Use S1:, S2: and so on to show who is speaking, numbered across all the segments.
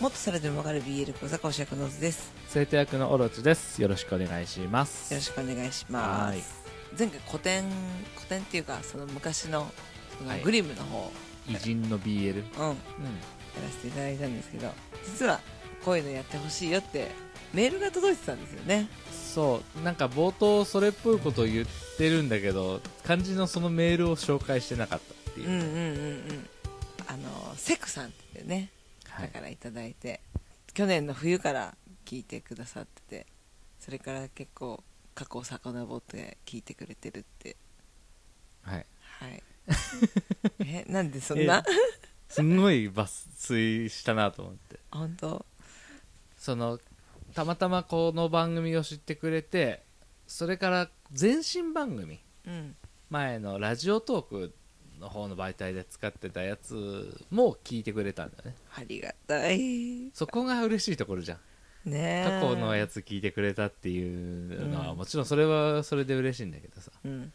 S1: もっとさらでもわかる BL 講座講師役の図です
S2: 生徒役のオロチですよろしくお願いします
S1: よろしくお願いしま
S2: は
S1: す前回古典古典っていうかその昔のその
S2: はい
S1: グリムの方、
S2: 偉人の BL
S1: うんやらせていただいたんですけど実はこういうのやってほしいよってメールが届いてたんですよね
S2: そうなんか冒頭それっぽいことを言ってるんだけど漢字のそのメールを紹介してなかったっていうう、
S1: んうんうんうんあのセクさんっていうね
S2: は
S1: だ
S2: い
S1: からいただいて、去年の冬から聞いてくださっててそれから結構過去を遡って聞いてくれてるって
S2: はい
S1: はい えなんでそんな、
S2: すんごい抜粋したなと思って
S1: 本当
S2: そのたまたまこの番組を知ってくれてそれから前身番組
S1: うん
S2: 前のラジオトークの方の媒体で使ってたやつも聞いてくれたんだね
S1: ありがたいね
S2: そこが嬉しいところじゃん
S1: え
S2: 過去のやつ聞いてくれたっていうのは、
S1: うん
S2: もちろんそれはそれで嬉しいんだけどさ
S1: うん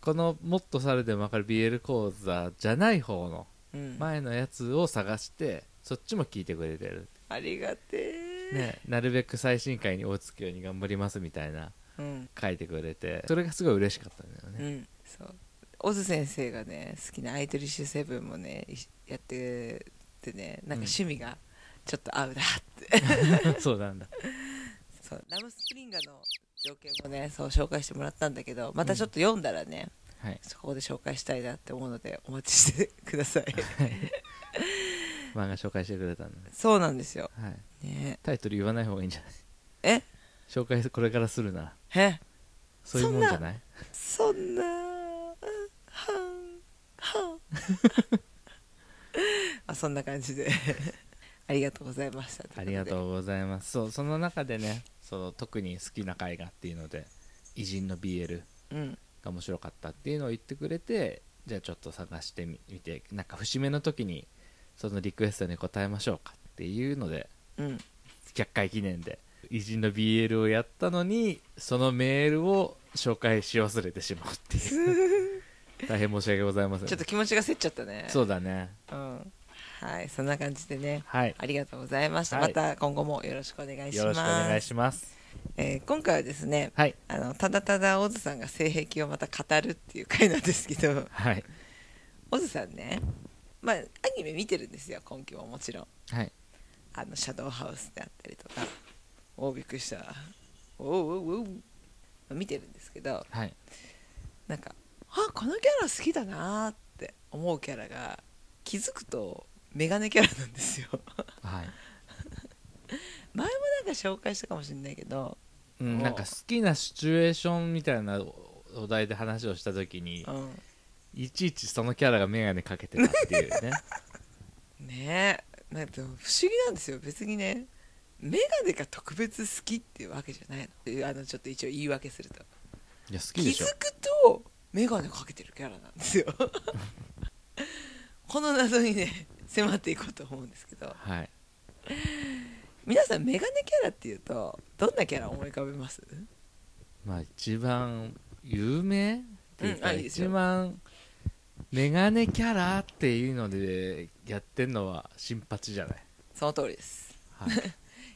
S2: この「もっと猿でもわかる BL 講座」じゃない方の
S1: うん、
S2: 前のやつを探してそっちも聞いてくれてる、
S1: ありがてえ、
S2: ね、なるべく最新回に追いつくように頑張りますみたいな
S1: うん
S2: 書いてくれてそれがすごい嬉しかったんだよ
S1: う
S2: ね、
S1: んそうオズ先生がね好きなアイドリッシュセブンもねいしやっててねなんか趣味がちょっと合うなって、
S2: そうなんだ
S1: そうラムスプリンガの条件もねそう紹介してもらったんだけどまたちょっと読んだらね、
S2: はい
S1: そこで紹介したいなって思うのでお待ちしてください
S2: 漫画紹介してくれたんだね、
S1: そうなんですよ
S2: はい、
S1: ね
S2: タイトル言わない方がいいんじゃない
S1: え
S2: 紹介これからするなら
S1: え
S2: そういうもんじゃない
S1: そんなはんは んあそんな感じで ありがとうございました
S2: ありが
S1: う
S2: とうございますそうその中でねその特に好きな回がっていうので偉人の BL
S1: ことでうん
S2: が面白かったっていうのを言ってくれてじゃあちょっと探してみ見てなんか節目の時にそのリクエストに答えましょうかっていうので
S1: うん
S2: 100回記念で偉人の BL をやったのにそのメールを紹介し忘れてしまうっていう 大変申し訳ございません
S1: ちょっと気持ちがせっちゃったね
S2: そうだね
S1: うんはいそんな感じでね
S2: はい
S1: ありがとうございました、
S2: はい
S1: また今後もよろしくお願いし
S2: よ
S1: ま
S2: ろし
S1: す
S2: くお願いします
S1: えー今回はですね、
S2: はい
S1: あのただただオズさんが性癖をまた語るっていう回なんですけど
S2: はい
S1: オズさんねまあアニメ見てるんですよ今季ももちろん
S2: はい
S1: あのシャドウハウスであったりとかおおびっくりしたおうおうおう見てるんですけど
S2: はい
S1: なんかあこのキャラ好きだなーって思うキャラが気づくとメガネキャラなんですよ
S2: はい
S1: 前もなんか紹介したかもしれないけど
S2: うん、
S1: お
S2: なんか好きなシチュエーションみたいなおお題で話をした時に
S1: うん
S2: いちいちそのキャラが眼鏡かけてたっていう ね
S1: ねえなんかでも不思議なんですよ別にねメガネが特別好きっていうわけじゃないのあのちょっと一応言い訳すると
S2: いや好
S1: 気
S2: きでし
S1: づ
S2: ょ
S1: くとメガネかけてるキャラなんですよ この謎にね迫っていこうと思うんですけど
S2: はい
S1: 皆さんメガネキャラっていうとどんなキャラ思い浮かべます
S2: まあ一番有名っていう
S1: うんあ
S2: か
S1: いいですよ
S2: 一番眼鏡キャラっていうのでやってんのは新八じゃない、
S1: その通りです
S2: はい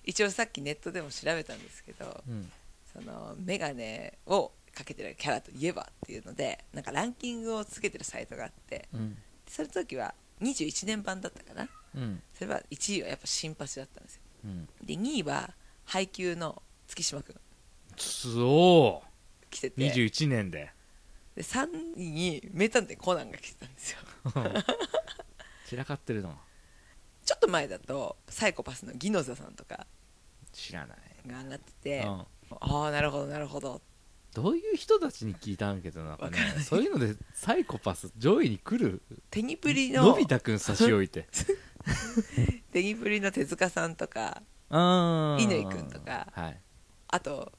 S1: 一応さっきネットでも調べたんですけど
S2: うん、
S1: そのメガネをかけてるキャラといえばっていうのでなんかランキングをつけてるサイトがあって
S2: うん
S1: その時は21年版だったかな
S2: うん
S1: それは1位はやっぱ新八だったんですよ
S2: うん
S1: で2位は配給の月島君
S2: そ
S1: 来て
S2: う
S1: てで
S2: 21年で
S1: 3位に名探偵コナンが来てたんですよ
S2: 散らかってるの
S1: ちょっと前だとサイコパスのギノザさんとか
S2: 知らない、
S1: が上がってて、
S2: う
S1: あ
S2: ん
S1: あなるほどなるほど
S2: どういう人たちに聞いたんけどなんか
S1: わ
S2: ね
S1: からない
S2: そういうのでサイコパス上位に来る
S1: テニプリの
S2: のび太くん差し置いて
S1: テニプリの手塚さんとか
S2: あー
S1: 乾くんとか
S2: はい
S1: あと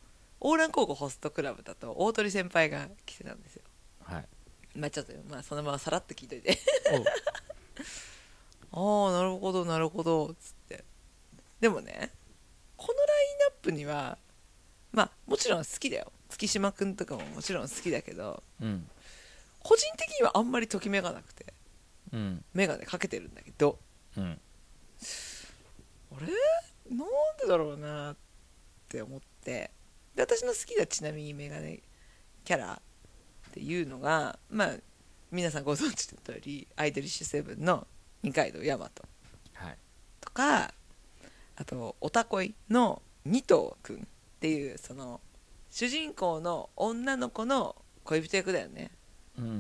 S1: オーラン高校ホストクラブだと大鳥先輩が来てたんですよ
S2: はい
S1: まあちょっと、まあ、そのままさらっと聞いといて
S2: お
S1: ああなるほどなるほどつってでもねこのラインナップにはまあもちろん好きだよ月島くんとかももちろん好きだけど
S2: うん
S1: 個人的にはあんまりときめかなくて
S2: うん
S1: 眼鏡かけてるんだけど
S2: うん
S1: 俺れなんでだろうなって思ってで私の好きなちなみにメガネキャラっていうのがまあ皆さんご存知の通りアイドリッシュセブンの二階堂大和
S2: はい
S1: とかあとおたこいの二頭くんっていうその主人公の女の子の恋人役だよね、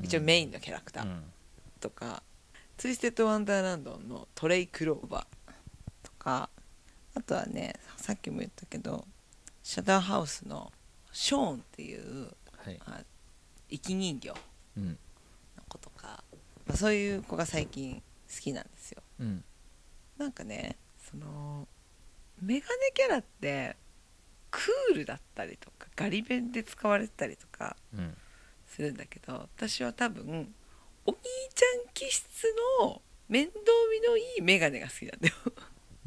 S1: 一応メインのキャラクター、
S2: うん
S1: とか「ツイステッド・ワンダーランド」のトレイ・クローバーとかあとはねさっきも言ったけどシャダーハウスのショーンっていう
S2: はい
S1: あ生き人形の
S2: うん
S1: 子とか、まあ、そういう子が最近好きなんですよ
S2: うん
S1: なんかねそのメガネキャラってクールだったりとかガリ弁で使われてたりとか
S2: うん
S1: するんだけど私は多分お兄ちゃん気質の面倒見のいい眼鏡が好きなんだよ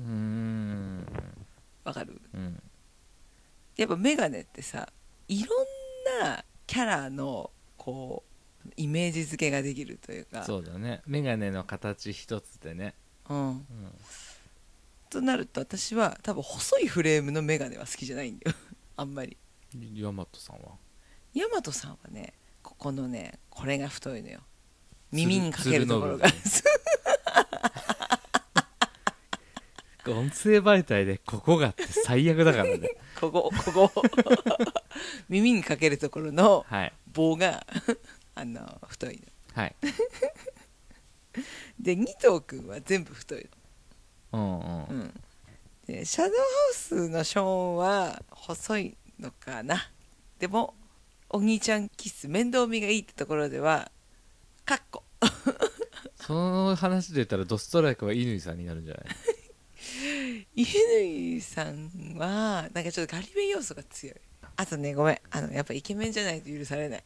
S2: うーん
S1: わかる
S2: うん
S1: やっぱ眼鏡ってさいろんなキャラのこうイメージ付けができるというか
S2: そうだねメガネの形一つでね、
S1: うん、
S2: うん、
S1: となると私は多分細いフレームの眼鏡は好きじゃないんだよ あんまり
S2: ヤマトさんは
S1: 大和さんはねここのねこれが太いのよ耳にかけるところが
S2: 音声媒体でここがって最悪だから ね
S1: ここここ 耳にかけるところの
S2: はい
S1: 棒が あの太いの
S2: はい
S1: で二頭くんは全部太い
S2: うんうん、
S1: の、うん、でシャドウハウスのショーンは細いのかなでもお兄ちゃんキス面倒見がいいってところではかっこ
S2: その話で言ったらドストライクは乾さんになるんじゃない
S1: 乾さんはなんかちょっとガリ勉要素が強いあとねごめんあのやっぱイケメンじゃないと許されない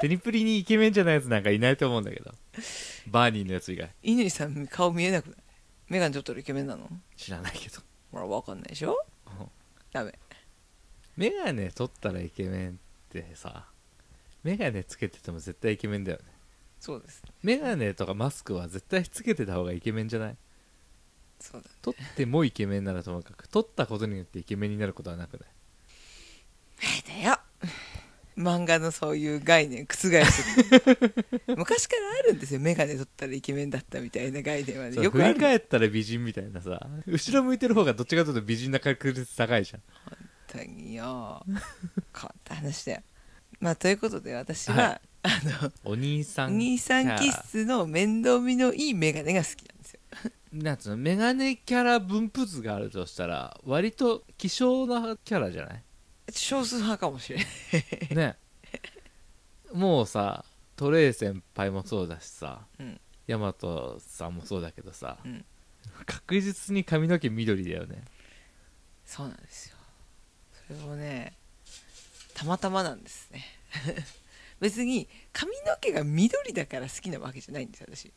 S2: テニプリにイケメンじゃないやつなんかいないと思うんだけどバーニーのやつ以外
S1: 乾さん顔見えなくないメガネ取ったらイケメンなの
S2: 知らないけど
S1: ほらわかんないでしょ
S2: うん
S1: ダメ
S2: メガネ取ったらイケメンってさメガネつけてても絶対イケメンだよね
S1: そうです
S2: メガネとかマスクは絶対つけてた方がイケメンじゃない
S1: そうだ
S2: 取ってもイケメンならともかく取ったことによってイケメンになることはなくない
S1: だよ漫画のそういう概念覆す 昔からあるんですよ眼鏡取ったらイケメンだったみたいな概念はね
S2: そう
S1: よくあ
S2: 振り
S1: る
S2: 返ったら美人みたいなさ後ろ向いてる方がどっちかというと美人な確率高いじゃん
S1: 本当によこんな話だよまあということで私は、
S2: は
S1: あの
S2: お兄さん
S1: 兄さん気質の面倒見のいい眼鏡が好きなんですよ
S2: なんつうのメガネキャラ分布図があるとしたら割と希少なキャラじゃない
S1: 少数派かもしれない
S2: ねもうさトレイ先輩もそうだしさ
S1: うん
S2: ヤマトさんもそうだけどさ、
S1: うん
S2: 確実に髪の毛緑だよね
S1: そうなんですよそれをねたまたまなんですね 別に髪の毛が緑だから好きなわけじゃないんですよ私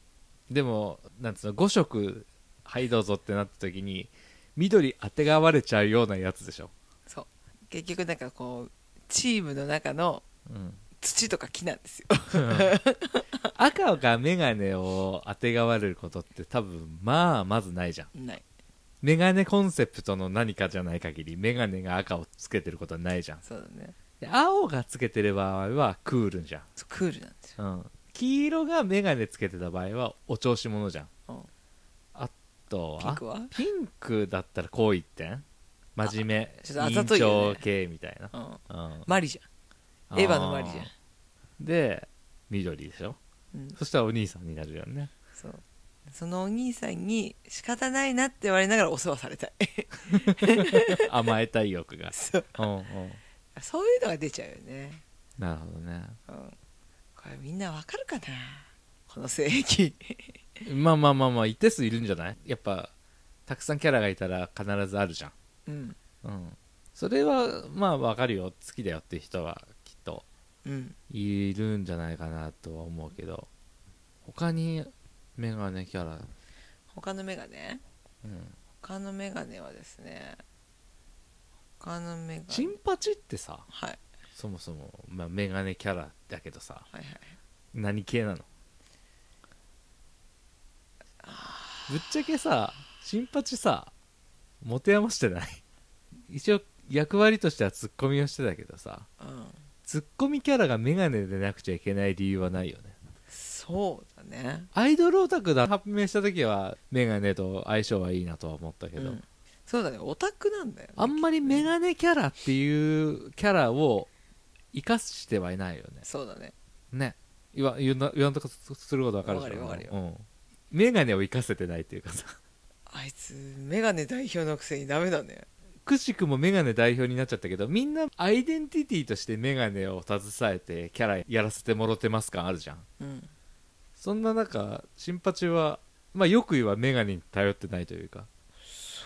S2: でもなんつうの5色はいどうぞってなった時に緑あてがわれちゃうようなやつでしょ、
S1: そう結局なんかこうチームの中の
S2: うん、
S1: 土とか木なんですよ
S2: 赤がメガネをあてがわれることって多分まあまず ないじゃん
S1: ない
S2: メガネコンセプトの何かじゃない限りメガネが赤をつけてることはないじゃん
S1: そうだね
S2: で青がつけてる場合はクールじゃん
S1: そうクールなんですよ、
S2: うん、黄色がメガネつけてた場合はお調子者じゃん
S1: うん
S2: あとは
S1: ピンクは
S2: ピンクだったらこう言ってん真面目
S1: ちょっとあざといよね
S2: 委員長系みたいな、
S1: うん
S2: うん
S1: マリじゃんエヴァのマリじゃん
S2: あーで緑でしょ
S1: うん
S2: そしたらお兄さんになるよね
S1: そうそのお兄さんに仕方ないなって言われながらお世話され たい
S2: 甘えたい欲が
S1: そう
S2: うんうん
S1: そういうのが出ちゃうよね、
S2: なるほどね
S1: うん、これみんなわかるかなこの性 癖
S2: まあまあまあまあ一定数いるんじゃないやっぱたくさんキャラがいたら必ずあるじゃん
S1: うん
S2: うんそれはまあわかるよ好きだよっていう人はきっと
S1: うん
S2: いるんじゃないかなとは思うけど他にメガネキャラ
S1: 他の眼鏡
S2: うん
S1: 他の眼鏡はですね他の眼
S2: チ
S1: 鏡
S2: ンパチってさ
S1: はい
S2: そもそも、まあ、メガネキャラだけどさ
S1: はいはい
S2: 何系なのぶっちゃけさ新八さ持て余してない一応役割としてはツッコミをしてたけどさ
S1: うん、
S2: ツッコミキャラがメガネでなくちゃいけない理由はないよね
S1: そうだね
S2: アイドルオタクだ発明した時はメガネと相性はいいなとは思ったけど、
S1: うんそうだねオタクなんだよね、
S2: あんまりメガネキャラっていうキャラを生かしてはいないよね
S1: そうだね
S2: ね言わ言うな言わんとこすることわかるでしょ
S1: わかるよわ
S2: うん、メガネを生かせてないっていうかさ
S1: あいつメガネ代表のくせにダメだね
S2: くしくもメガネ代表になっちゃったけどみんなアイデンティティとしてメガネを携えてキャラやらせてもろてます感あるじゃん
S1: うん
S2: そんな中新八はまあよく言えばメガネに頼ってないというか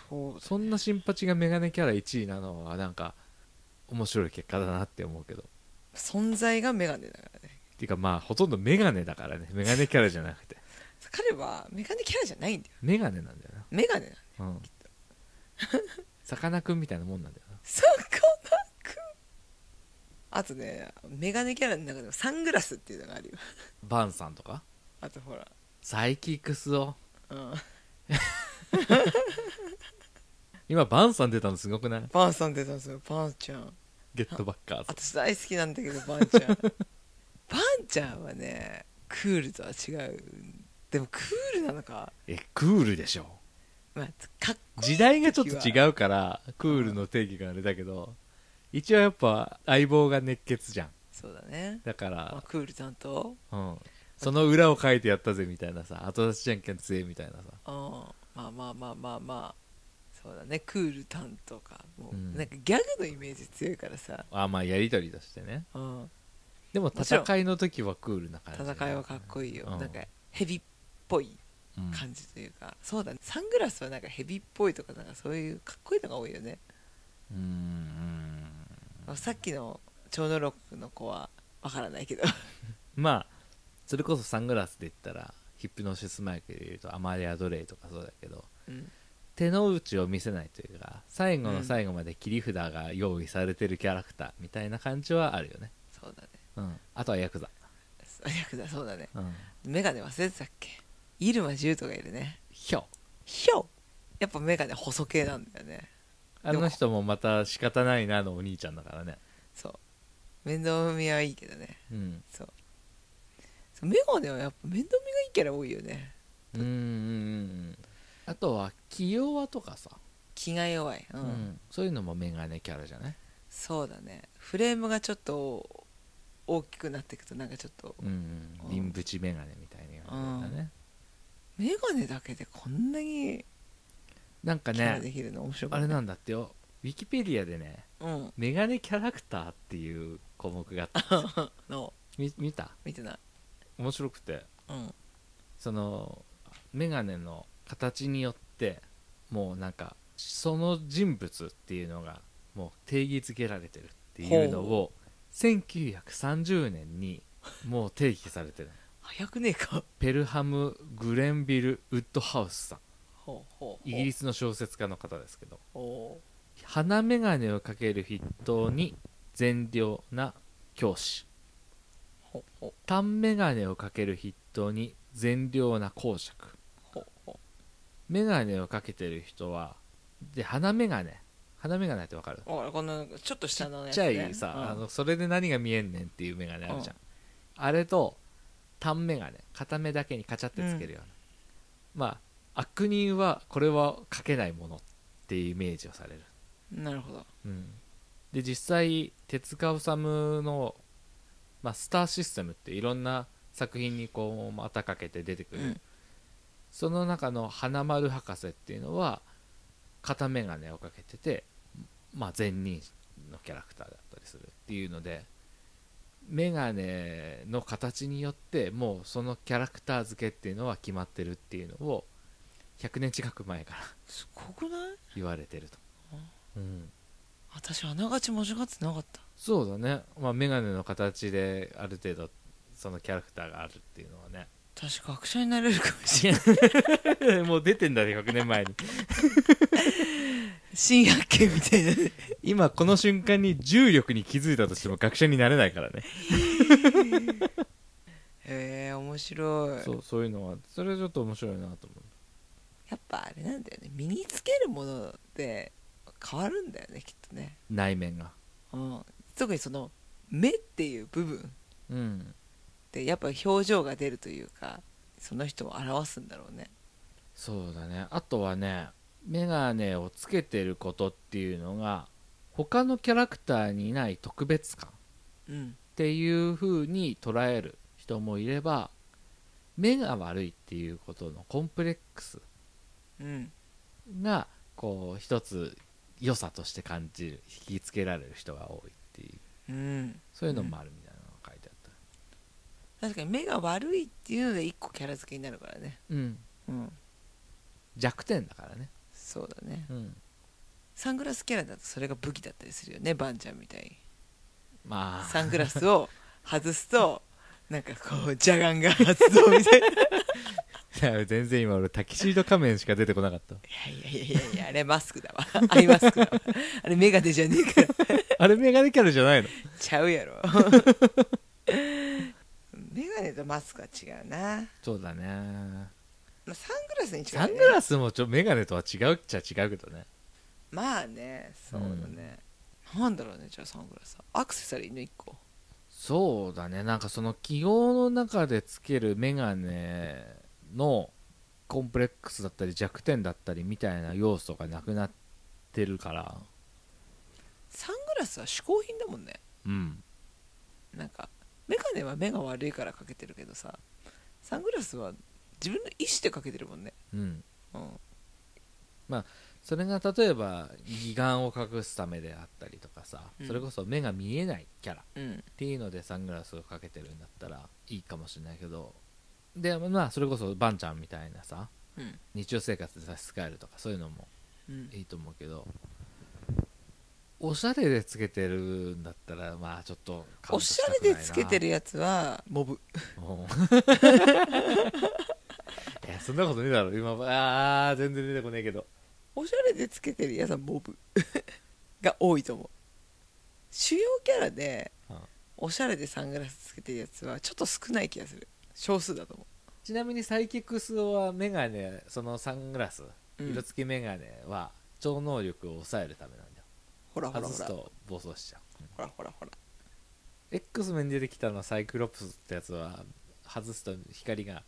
S1: そう
S2: そんな新八がメガネキャラ1位なのはなんか面白い結果だなって思うけど
S1: 存在がメガネだからね
S2: ていうかまあほとんどメガネだからねメガネキャラじゃなくて
S1: 彼はメガネキャラじゃないんだよ
S2: メガネなんだよ
S1: メガネな
S2: なうんさかなクンみたいなもんなんだよな
S1: さかなクンあとねメガネキャラの中でもサングラスっていうのがあるよ
S2: バンさんとか
S1: あとほら
S2: サイキックスを
S1: うん
S2: 今バンさん出たのすごくない
S1: パンさん出たんですよパンちゃん
S2: ゲットバッカーズ
S1: 私大好きなんだけどパンちゃんパンちゃんはねクールとは違うでもクールなのか
S2: えクールでしょ
S1: まあかっこいい
S2: 時代がちょっと
S1: 時は
S2: 違うからクールの定義があれだけど一応やっぱ相棒が熱血じゃん
S1: そうだね、
S2: だか
S1: まあ、
S2: ら、
S1: クール担当
S2: うん、その裏を書いてやったぜみたいなさ後出しじゃんけん強えみたいな
S1: う
S2: さ
S1: んまあまあまあまあまあそうだねクール担当かもう、
S2: うん
S1: なんかギャグのイメージ強いからさ、
S2: あまあやり取りとしてね
S1: うん、
S2: でも
S1: もちろん
S2: 戦いの時はクールな感じだよね、
S1: 戦いはかっこいいよ、
S2: うん
S1: なんかヘビっぽい
S2: うん
S1: 感じというか、そうだねサングラスはなんかヘビっぽいとかなんかそういうかっこいいのが多いよね、
S2: うんうん
S1: さっきの超能力の子はわからないけど
S2: まあそれこそサングラスで言ったらヒップノシスマイクで言うとアマリア・ドレイとかそうだけど
S1: うん
S2: 手の内を見せないというか最後の最後まで切り札が用意されてるキャラクターみたいな感じはあるよね、
S1: そうだね
S2: うん、あとはヤクザ、
S1: 最悪だそうだね
S2: うん、
S1: メガネ忘れてたっけイルマジュウとかいるね
S2: ひょ
S1: ひょやっぱメガネ細系なんだよね
S2: あの人もまた仕方ないなのお兄ちゃんだからね、
S1: そう面倒見はいいけどね
S2: うん、
S1: そうそうメガネはやっぱ面倒見がいいキャラ多いよね
S2: うんうんうんうんあとは気弱とかさ、
S1: 気が弱い、う
S2: うんんそういうのもメガネキャラじゃない、
S1: そうだねフレームがちょっと大きくなっていくとなんかちょっと
S2: うん
S1: う
S2: うんん、リンブチメガネみたいな感じだね、
S1: メガネだけでこんなに
S2: なんか
S1: キャラで
S2: ね
S1: きるの面白く
S2: あれ
S1: ない
S2: なんだってよウィキペディアでね
S1: うん
S2: メガネキャラクターっていう項目があった
S1: の
S2: み見た
S1: 見てない
S2: 面白くて
S1: うん
S2: そのメガネの形によってもうなんかその人物っていうのがもう定義づけられてるっていうのを1930年にもう定義されてる
S1: 早くねえか
S2: ペルハム・グレンビル・ウッドハウスさん
S1: ほうほうほう
S2: イギリ
S1: ス
S2: スの小説家の方ですけど
S1: ほ
S2: 鼻眼鏡をかける筆頭に善良な教師
S1: うほうほう
S2: 単眼鏡をかける筆頭に善良な公爵
S1: ほうほ
S2: メガネをかけてる人はで鼻眼鏡鼻眼鏡ってわかる
S1: うほらこのちょっと下の
S2: ち
S1: や
S2: っ
S1: つ、
S2: ちゃ
S1: ね、
S2: いさ、
S1: うん
S2: あのそれで何が見えんねんっていう眼鏡あるじゃん、あれと単眼鏡片目だけにカチャってつけるような、まあ悪人はこれはかけないものっていうイメージをされる、
S1: なるほど
S2: うん、で実際手塚治虫の、まあ、スターシステムっていろんな作品にこう股かけて出てくる、
S1: うん
S2: その中の花丸博士っていうのは片眼鏡をかけてて、まあ、善人のキャラクターだったりするっていうので眼鏡の形によってもうそのキャラクター付けっていうのは決まってるっていうのを100年近く前から
S1: すごくない
S2: 言われてると、うん、
S1: 私あながち間違ってなかった
S2: そうだねまあ眼鏡の形である程度そのキャラクターがあるっていうのはね
S1: 私学者になれるかもしれない
S2: もう出てんだね100年前に
S1: 新発見みたいな ね
S2: 今この瞬間に重力に気づいたとしても学者になれないからね
S1: へえ面白い
S2: そうそういうのはそれはちょっと面白いなと思う
S1: やっぱあれなんだよね身につけるもので変わるんだよねきっとね、
S2: 内面が
S1: うん、特にその目っていう部分っ
S2: うん
S1: てやっぱ表情が出るというかその人を表すんだろうね
S2: そうだねあとはねメガネをつけてることっていうのが他のキャラクターにない特別感
S1: うん
S2: っていう風に捉える人もいれば目が悪いっていうことのコンプレックス
S1: うん
S2: がこう一つ良さとして感じる引きつけられる人が多いってい
S1: う
S2: う
S1: ん
S2: そういうのもあるみたいなのが書いてあった
S1: 確かに目が悪いっていうので一個キャラ付けになるからね
S2: うん
S1: うん
S2: 弱点だからね
S1: そうだね
S2: うん
S1: サングラスキャラだとそれが武器だったりするよねバンちゃんみたいに
S2: まあ
S1: サングラスを外すと なんかこう邪眼が発動み たいない
S2: 全然今俺タキシード仮面しか出てこなかった
S1: やいやいやいやあれマスクだわ アイマスクだわあれメガネじゃねえから
S2: あれメガネキャラじゃないの
S1: ちゃうやろ メガネとマスクは違うな、
S2: そうだね
S1: まあ、サングラスに近
S2: サ
S1: い、ね、
S2: ングラスもちょメガネとは違うっちゃ違うけどね
S1: まあねそうだね、なんだろうねじゃあサングラスアクセサリーの一個
S2: そうだねなんかその記号の中でつけるメガネのコンプレックスだったり弱点だったりみたいな要素がなくなってるから
S1: サングラスは嗜好品だもんね
S2: うん
S1: なんかメガネは目が悪いからかけてるけどさサングラスは自分の意思でかけてるもんね
S2: うん
S1: うん
S2: それが例えば義眼を隠すためであったりとかさ、
S1: うん
S2: それこそ目が見えないキャラ
S1: うん
S2: っていうのでサングラスをかけてるんだったらいいかもしれないけどでまあそれこそバンちゃんみたいなさ
S1: うん
S2: 日常生活で差し支えるとかそういうのも
S1: うん
S2: いいと思うけどおしゃれでつけてるんだったらまあちょっと
S1: おしゃれでつけて
S2: る
S1: るやつはモブ
S2: いやそんなことねえだろ今あー全然出てこねえけど
S1: おしゃれでつけてるやつはモブ が多いと思う主要キャラで
S2: うん
S1: おしゃれでサングラスつけてるやつはちょっと少ない気がする少数だと思
S2: ちなみにサイキクスはメガネそのサングラス
S1: う、うん
S2: 色付きメガネは超能力を抑えるためなんだよ
S1: ほらほらほ
S2: 外す
S1: らほ
S2: と暴走しちゃううん
S1: らほらほら
S2: X 面出てきたのはサイクロプスってやつは外すと光が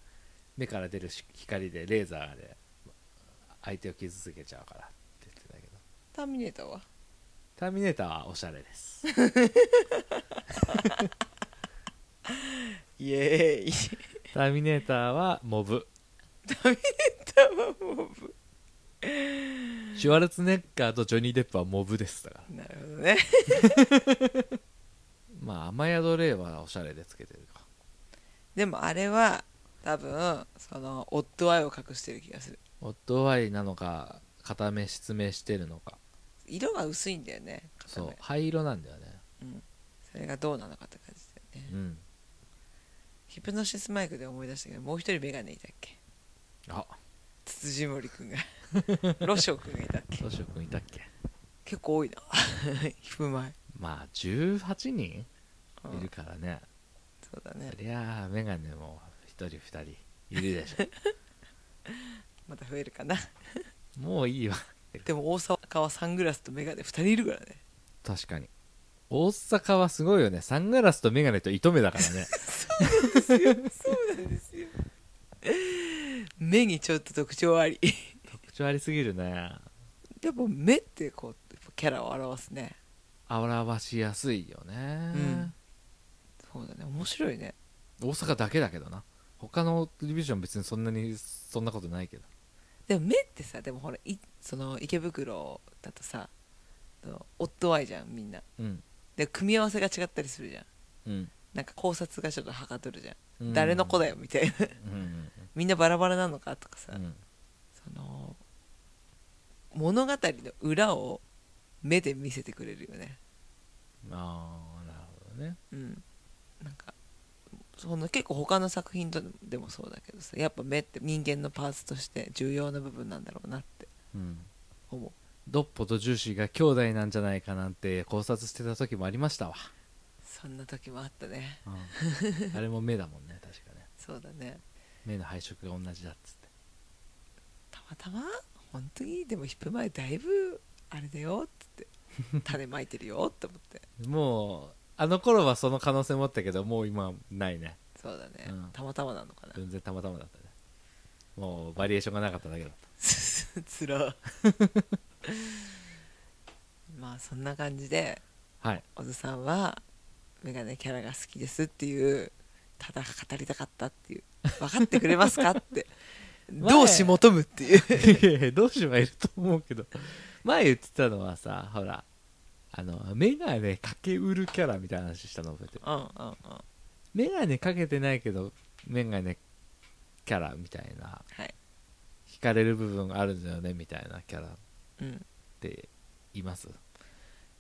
S2: 目から出るし光でレーザーで相手を傷つけちゃうからって言ってたけど
S1: ターミネーターは
S2: ターミネーターはおしゃれです
S1: イエーイ
S2: ターミネーターはモブ
S1: ターはモブ
S2: シュワルツェネッガーとジョニー・デップはモブですだから
S1: なるほどね
S2: まあ雨宿レイはおしゃれでつけてるか
S1: でもあれは多分そのオッドアイを隠してる気がする
S2: オッドアイなのか片目失明してるのか
S1: 色が薄いんだよね片
S2: そ
S1: 目
S2: う灰色なんだよね
S1: うん、それがどうなのかって感じだよね、
S2: うん
S1: ヒプノシスマイクで思い出したけどもう一人メガネいたっけ
S2: あ
S1: つ辻森くん がロショウくんがいたっけ
S2: どうしよう君いたっけ
S1: 結構多 いなヒプマイ、
S2: まあ18人
S1: うん
S2: いるからね、
S1: そうだね
S2: そりゃあメガネも一人二人いるでしょ
S1: また増えるかな
S2: もういいわ
S1: でも大阪はサングラスとメガネ2人いるからね
S2: 確かに大阪はすごいよねサングラスとメガネと糸目だから ね
S1: そうなんですよ目にちょっと特徴 あり
S2: 特徴ありすぎるね
S1: やっぱ目ってこうキャラを表すね
S2: 表しやすいよね、
S1: そうだね面白いね
S2: 大阪だけだけどな他のディビジョン別にそんなにそんなことないけど
S1: でも目ってさでもほらいその池袋だとさそのオットアイじゃんみんな
S2: うん
S1: で組み合わせが違ったりするじゃん
S2: うん
S1: なんか考察がちょっとはかどるじゃん、誰の子
S2: だ
S1: だよみたいな
S2: うんうん
S1: みんなバラバラなのかとかさ、
S2: うんうん
S1: その物語の裏を目で見せてくれるよね
S2: ああなるほどね
S1: うんなんかその結構他の作品とでもそうだけどさやっぱ目って人間のパーツとして重要な部分なんだろうなって
S2: うん
S1: 思う
S2: ドッポとジューシーが兄弟なんじゃないかなんて考察してた時もありましたわ、
S1: そんな時もあったね
S2: あれも目だもんね確かね
S1: そうだね
S2: 目の配色が同じだっつって
S1: たままたま本当にでもヒップ前だいぶあれだよっつって 種まいてるよって思って
S2: もうあの頃はその可能性もあったけどもう今はないね
S1: そうだね、
S2: うん
S1: たまたまなのかな
S2: 全然たまたまだったねもうバリエーションがなかっただけだった
S1: つら まあそんな感じで
S2: はい
S1: 小津さんはメガネキャラが好きですっていうただ語りたかったっていう分かってくれますかって
S2: 前
S1: 同志求むっていう
S2: いやいや 同志はいると思うけど前言ってたのはさほらあのメガネかけうるキャラみたいな話したの覚えてる
S1: うんうんうんは
S2: メガネかけてないけどメガネキャラみたいない惹かれる部分があるんだよねみたいなキャラっ
S1: うん
S2: ています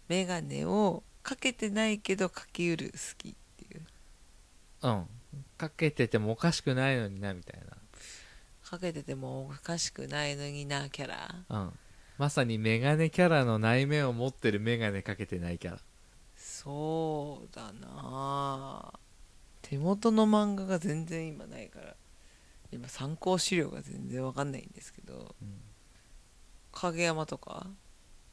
S1: メガネをかけてないけどかけうる好きっていう
S2: うんかけててもおかしくないのになみたい
S1: かけててもおかしくないのになキャラ
S2: なうんまさにメガネキャラの内面を持ってるメガネかけてないキャラ
S1: そうだなあ手元の漫画が全然今ないから今参考資料が全然わかんないんですけど
S2: うん
S1: 影山とか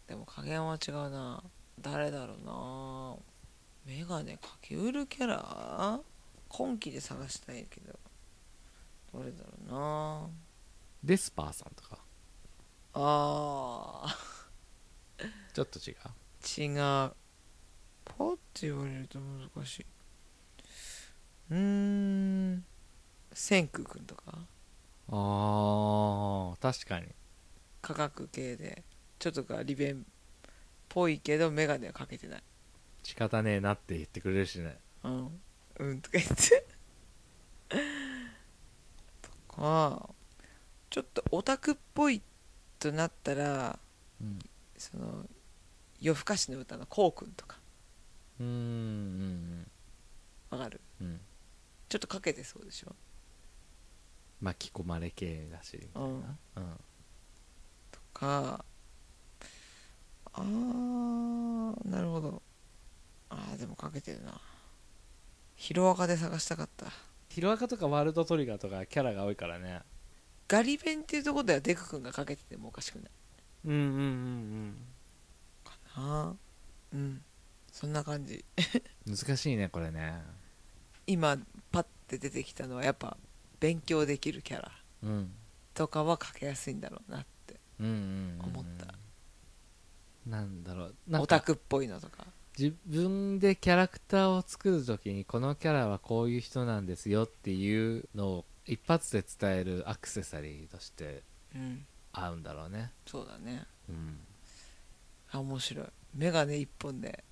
S1: でも影山は違うな誰だろうなメガネかけうるキャラ今期で探したいけどどれだろうな
S2: デスパーさんとか
S1: あー
S2: ちょっと違う
S1: 違うパッて言われると難しいうーん千空くんとか
S2: あー確かに
S1: 科学系でちょっとガリ弁っぽいけどメガネはかけてない
S2: 仕方ねえなって言ってくれるしね
S1: うん、うんとか言ってとかちょっとオタクっぽいとなったら
S2: うん
S1: その夜更かしの歌のこうくんとか
S2: うんうん
S1: わかる
S2: うんうん
S1: ちょっとかけてそうでしょ
S2: 巻き込まれ系だしみたいなうん
S1: とかあーなるほどあーでもかけてるなヒロアカで探したかった
S2: ヒロアカとかワールドトリガーとかキャラが多いからね
S1: ガリ弁っていうところではデク君がかけててもおかしくない
S2: うんうんうん
S1: かなうんそんな感じ
S2: うん難しいねこれね
S1: 今パッて出てきたのはやっぱ勉強できるキャラ
S2: うん
S1: とかはかけやすいんだろうなって
S2: うんうんうん
S1: 思った
S2: なんだろうなん
S1: オ
S2: か
S1: タクっぽいのとか
S2: 自分でキャラクターを作る時にこのキャラはこういう人なんですよっていうのを一発で伝えるアクセサリーとして
S1: うん
S2: 合うんだろうね
S1: そうだね
S2: うん
S1: あ面白いメガネ一本で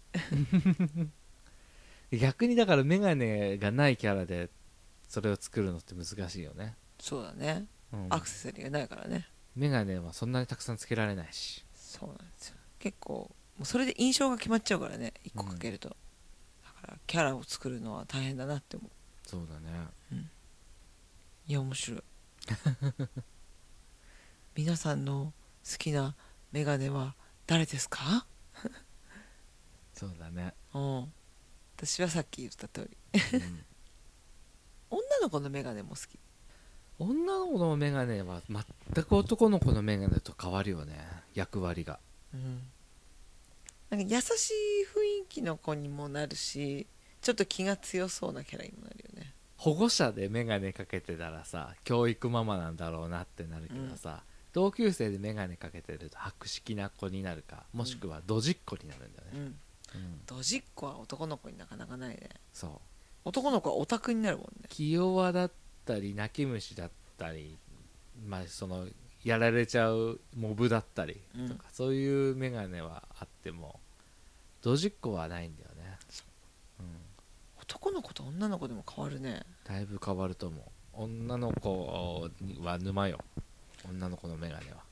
S2: 逆にだからメガネがないキャラでそれを作るのって難しいよね、
S1: そうだね
S2: うん、
S1: アクセサリーがないからね
S2: メガネはそんなにたくさんつけられないし
S1: そうなんですよ結構もうそれで印象が決まっちゃうからね一個かけると、だからキャラを作るのは大変だなって思う
S2: そうだね
S1: いや面白い 皆さんの好きなメガネは誰ですか
S2: そうだね、
S1: うん私はさっき言った通り
S2: うん
S1: 女の子のメガネも好き
S2: 女の子のメガネは全く男の子のメガネと変わるよね役割が
S1: なんか優しい雰囲気の子にもなるしちょっと気が強そうなキャラにもなるよね
S2: 保護者でメガネかけてたらさ教育ママなんだろうなってなるけどさ、同級生でメガネかけてると博識な子になるかもしくはドジっ子になるんだよ
S1: う
S2: ね、
S1: ん
S2: うん
S1: ドジっ子は男の子になかなかないね
S2: そう
S1: 男の子はオタクになるもんね
S2: 気弱だったり泣き虫だったりまあそのやられちゃうモブだったり
S1: うん
S2: とか、そういうメガネはあってもドジっ子はないんだよねう、
S1: 男の子と女の子でも変わるね
S2: ん、だいぶ変わると思う女の子は沼よ女の子のメガネは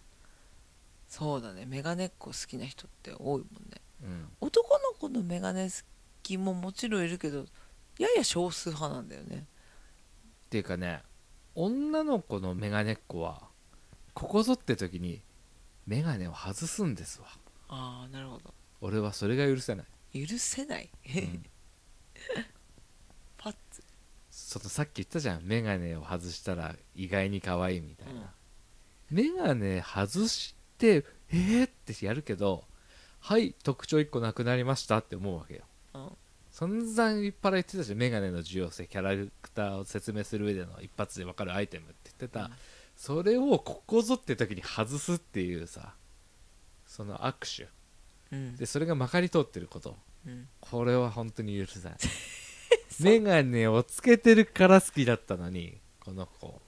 S1: そうだねメガネっ子好きな人って多いもんね
S2: うん
S1: 男の子のメガネ好きももちろんいるけどやや少数派なんだよね
S2: っていうかね女の子のメガネっ子はここぞって時にメガネを外すんですわ
S1: ああなるほど
S2: 俺はそれが許せない、
S1: 許せない、
S2: うん
S1: パッツ
S2: そのさっき言ったじゃん眼鏡を外したら意外に可愛いみたいな、
S1: うん
S2: メガネ外してえー、ってやるけどはい特徴1個なくなりましたって思うわけよ
S1: うん
S2: 散々いっぱい言ってたしメガネの重要性キャラクターを説明する上での一発で分かるアイテムって言ってた、
S1: うん
S2: それをここぞって時に外すっていうさその握
S1: うん
S2: 手でそれがまかり通ってること
S1: うん
S2: これは本当に許せないメガネをつけてるから好きだったのにこの子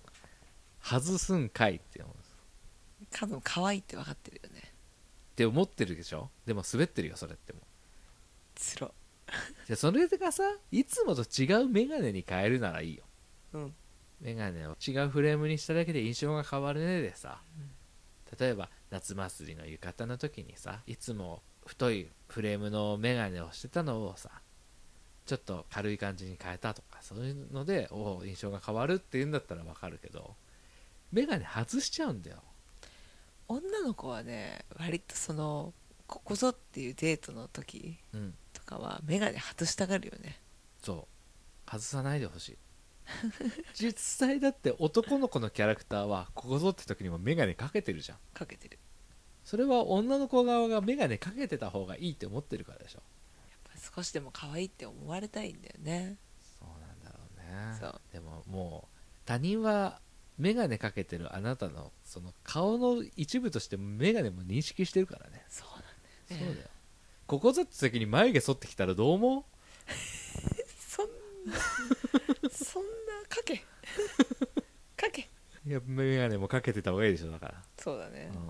S2: 外すんかいって思う
S1: 多分可愛いって分かってるよね
S2: って思ってるでしょでも滑ってるよそれっても
S1: つろ
S2: じゃそれがさいつもと違うメガネに変えるならいいよ
S1: うん
S2: メガネを違うフレームにしただけで印象が変わるねでさ、例えば夏祭りの浴衣の時にさいつも太いフレームのメガネをしてたのをさちょっと軽い感じに変えたとかそういうのでおお印象が変わるっていうんだったらわかるけどメガネ外しちゃうんだよ
S1: 女の子はね割とそのここぞっていうデートの時
S2: うん
S1: とかは眼鏡外したがるよね
S2: そう外さないでほしい 実際だって男の子のキャラクターはここぞって時にもメガネかけてるじゃん
S1: かけてる
S2: それは女の子側がメガネかけてた方がいいって思ってるからでしょ
S1: やっぱ少しでも可愛いって思われたいんだよね
S2: そうなんだろうね
S1: そう
S2: でももう他人はメガネかけてるあなたのその顔の一部としてメガネも認識してるからね
S1: そう
S2: そ
S1: な
S2: うん
S1: だ
S2: だよ
S1: よね
S2: ここぞって時に眉毛剃ってきたらどう思う
S1: そんなそんなか けかけ
S2: いやメガネもかけてた方がいいでしょだから、
S1: そうだね、
S2: う
S1: い
S2: ん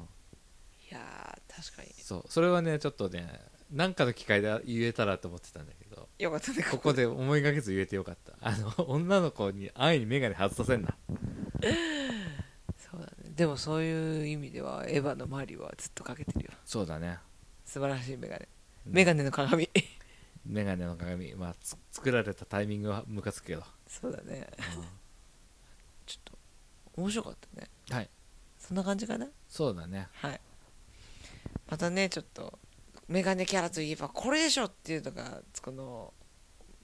S1: やー確かに
S2: そうそれはねちょっとねなんかの機会で言えたらと思ってたんだけど
S1: よかったね
S2: ここで思いがけず言えてよかったあの女の子に安易にメガネ外させんな
S1: そうだねでもそういう意味ではエヴァの周りはずっとかけてるよ
S2: そうだね
S1: 素晴らしいメガネ
S2: うん
S1: メガネの鏡
S2: メガネの鏡まあつ作られたタイミングはムカつくけど、
S1: そうだね
S2: う
S1: ちょっと面白かったね
S2: んはい
S1: そんな感じかな
S2: そうだね
S1: はいまたねちょっとメガネキャラといえばこれでしょっていうのがこの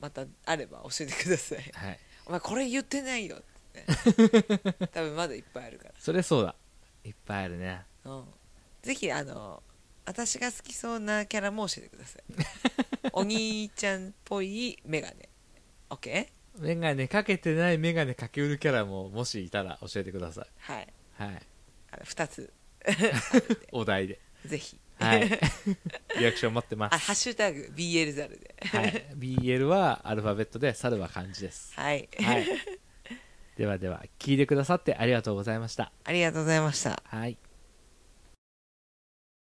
S1: またあれば教えてくださ い
S2: はい
S1: お前これ言ってないよ って、ね、多分まだいっぱいあるか
S2: それそうだいっぱいあるね
S1: ら、うん、ぜひあの私が好きそうなキャラも教えてくだ さいお兄ちゃんっぽいメガネ OK?
S2: メガネかけてないメガネかけうるキャラももしいたら教えてください
S1: はい
S2: はい
S1: あの2つ
S2: お題で
S1: ぜひ、
S2: はい リアクション待ってま
S1: あ
S2: す、
S1: ハッシュタグ BL ザルで
S2: はい、BL はアルファベットで猿は漢字です
S1: はい、
S2: はい、ではでは聞いてくださってありがとうございました
S1: ありがとうございました
S2: はい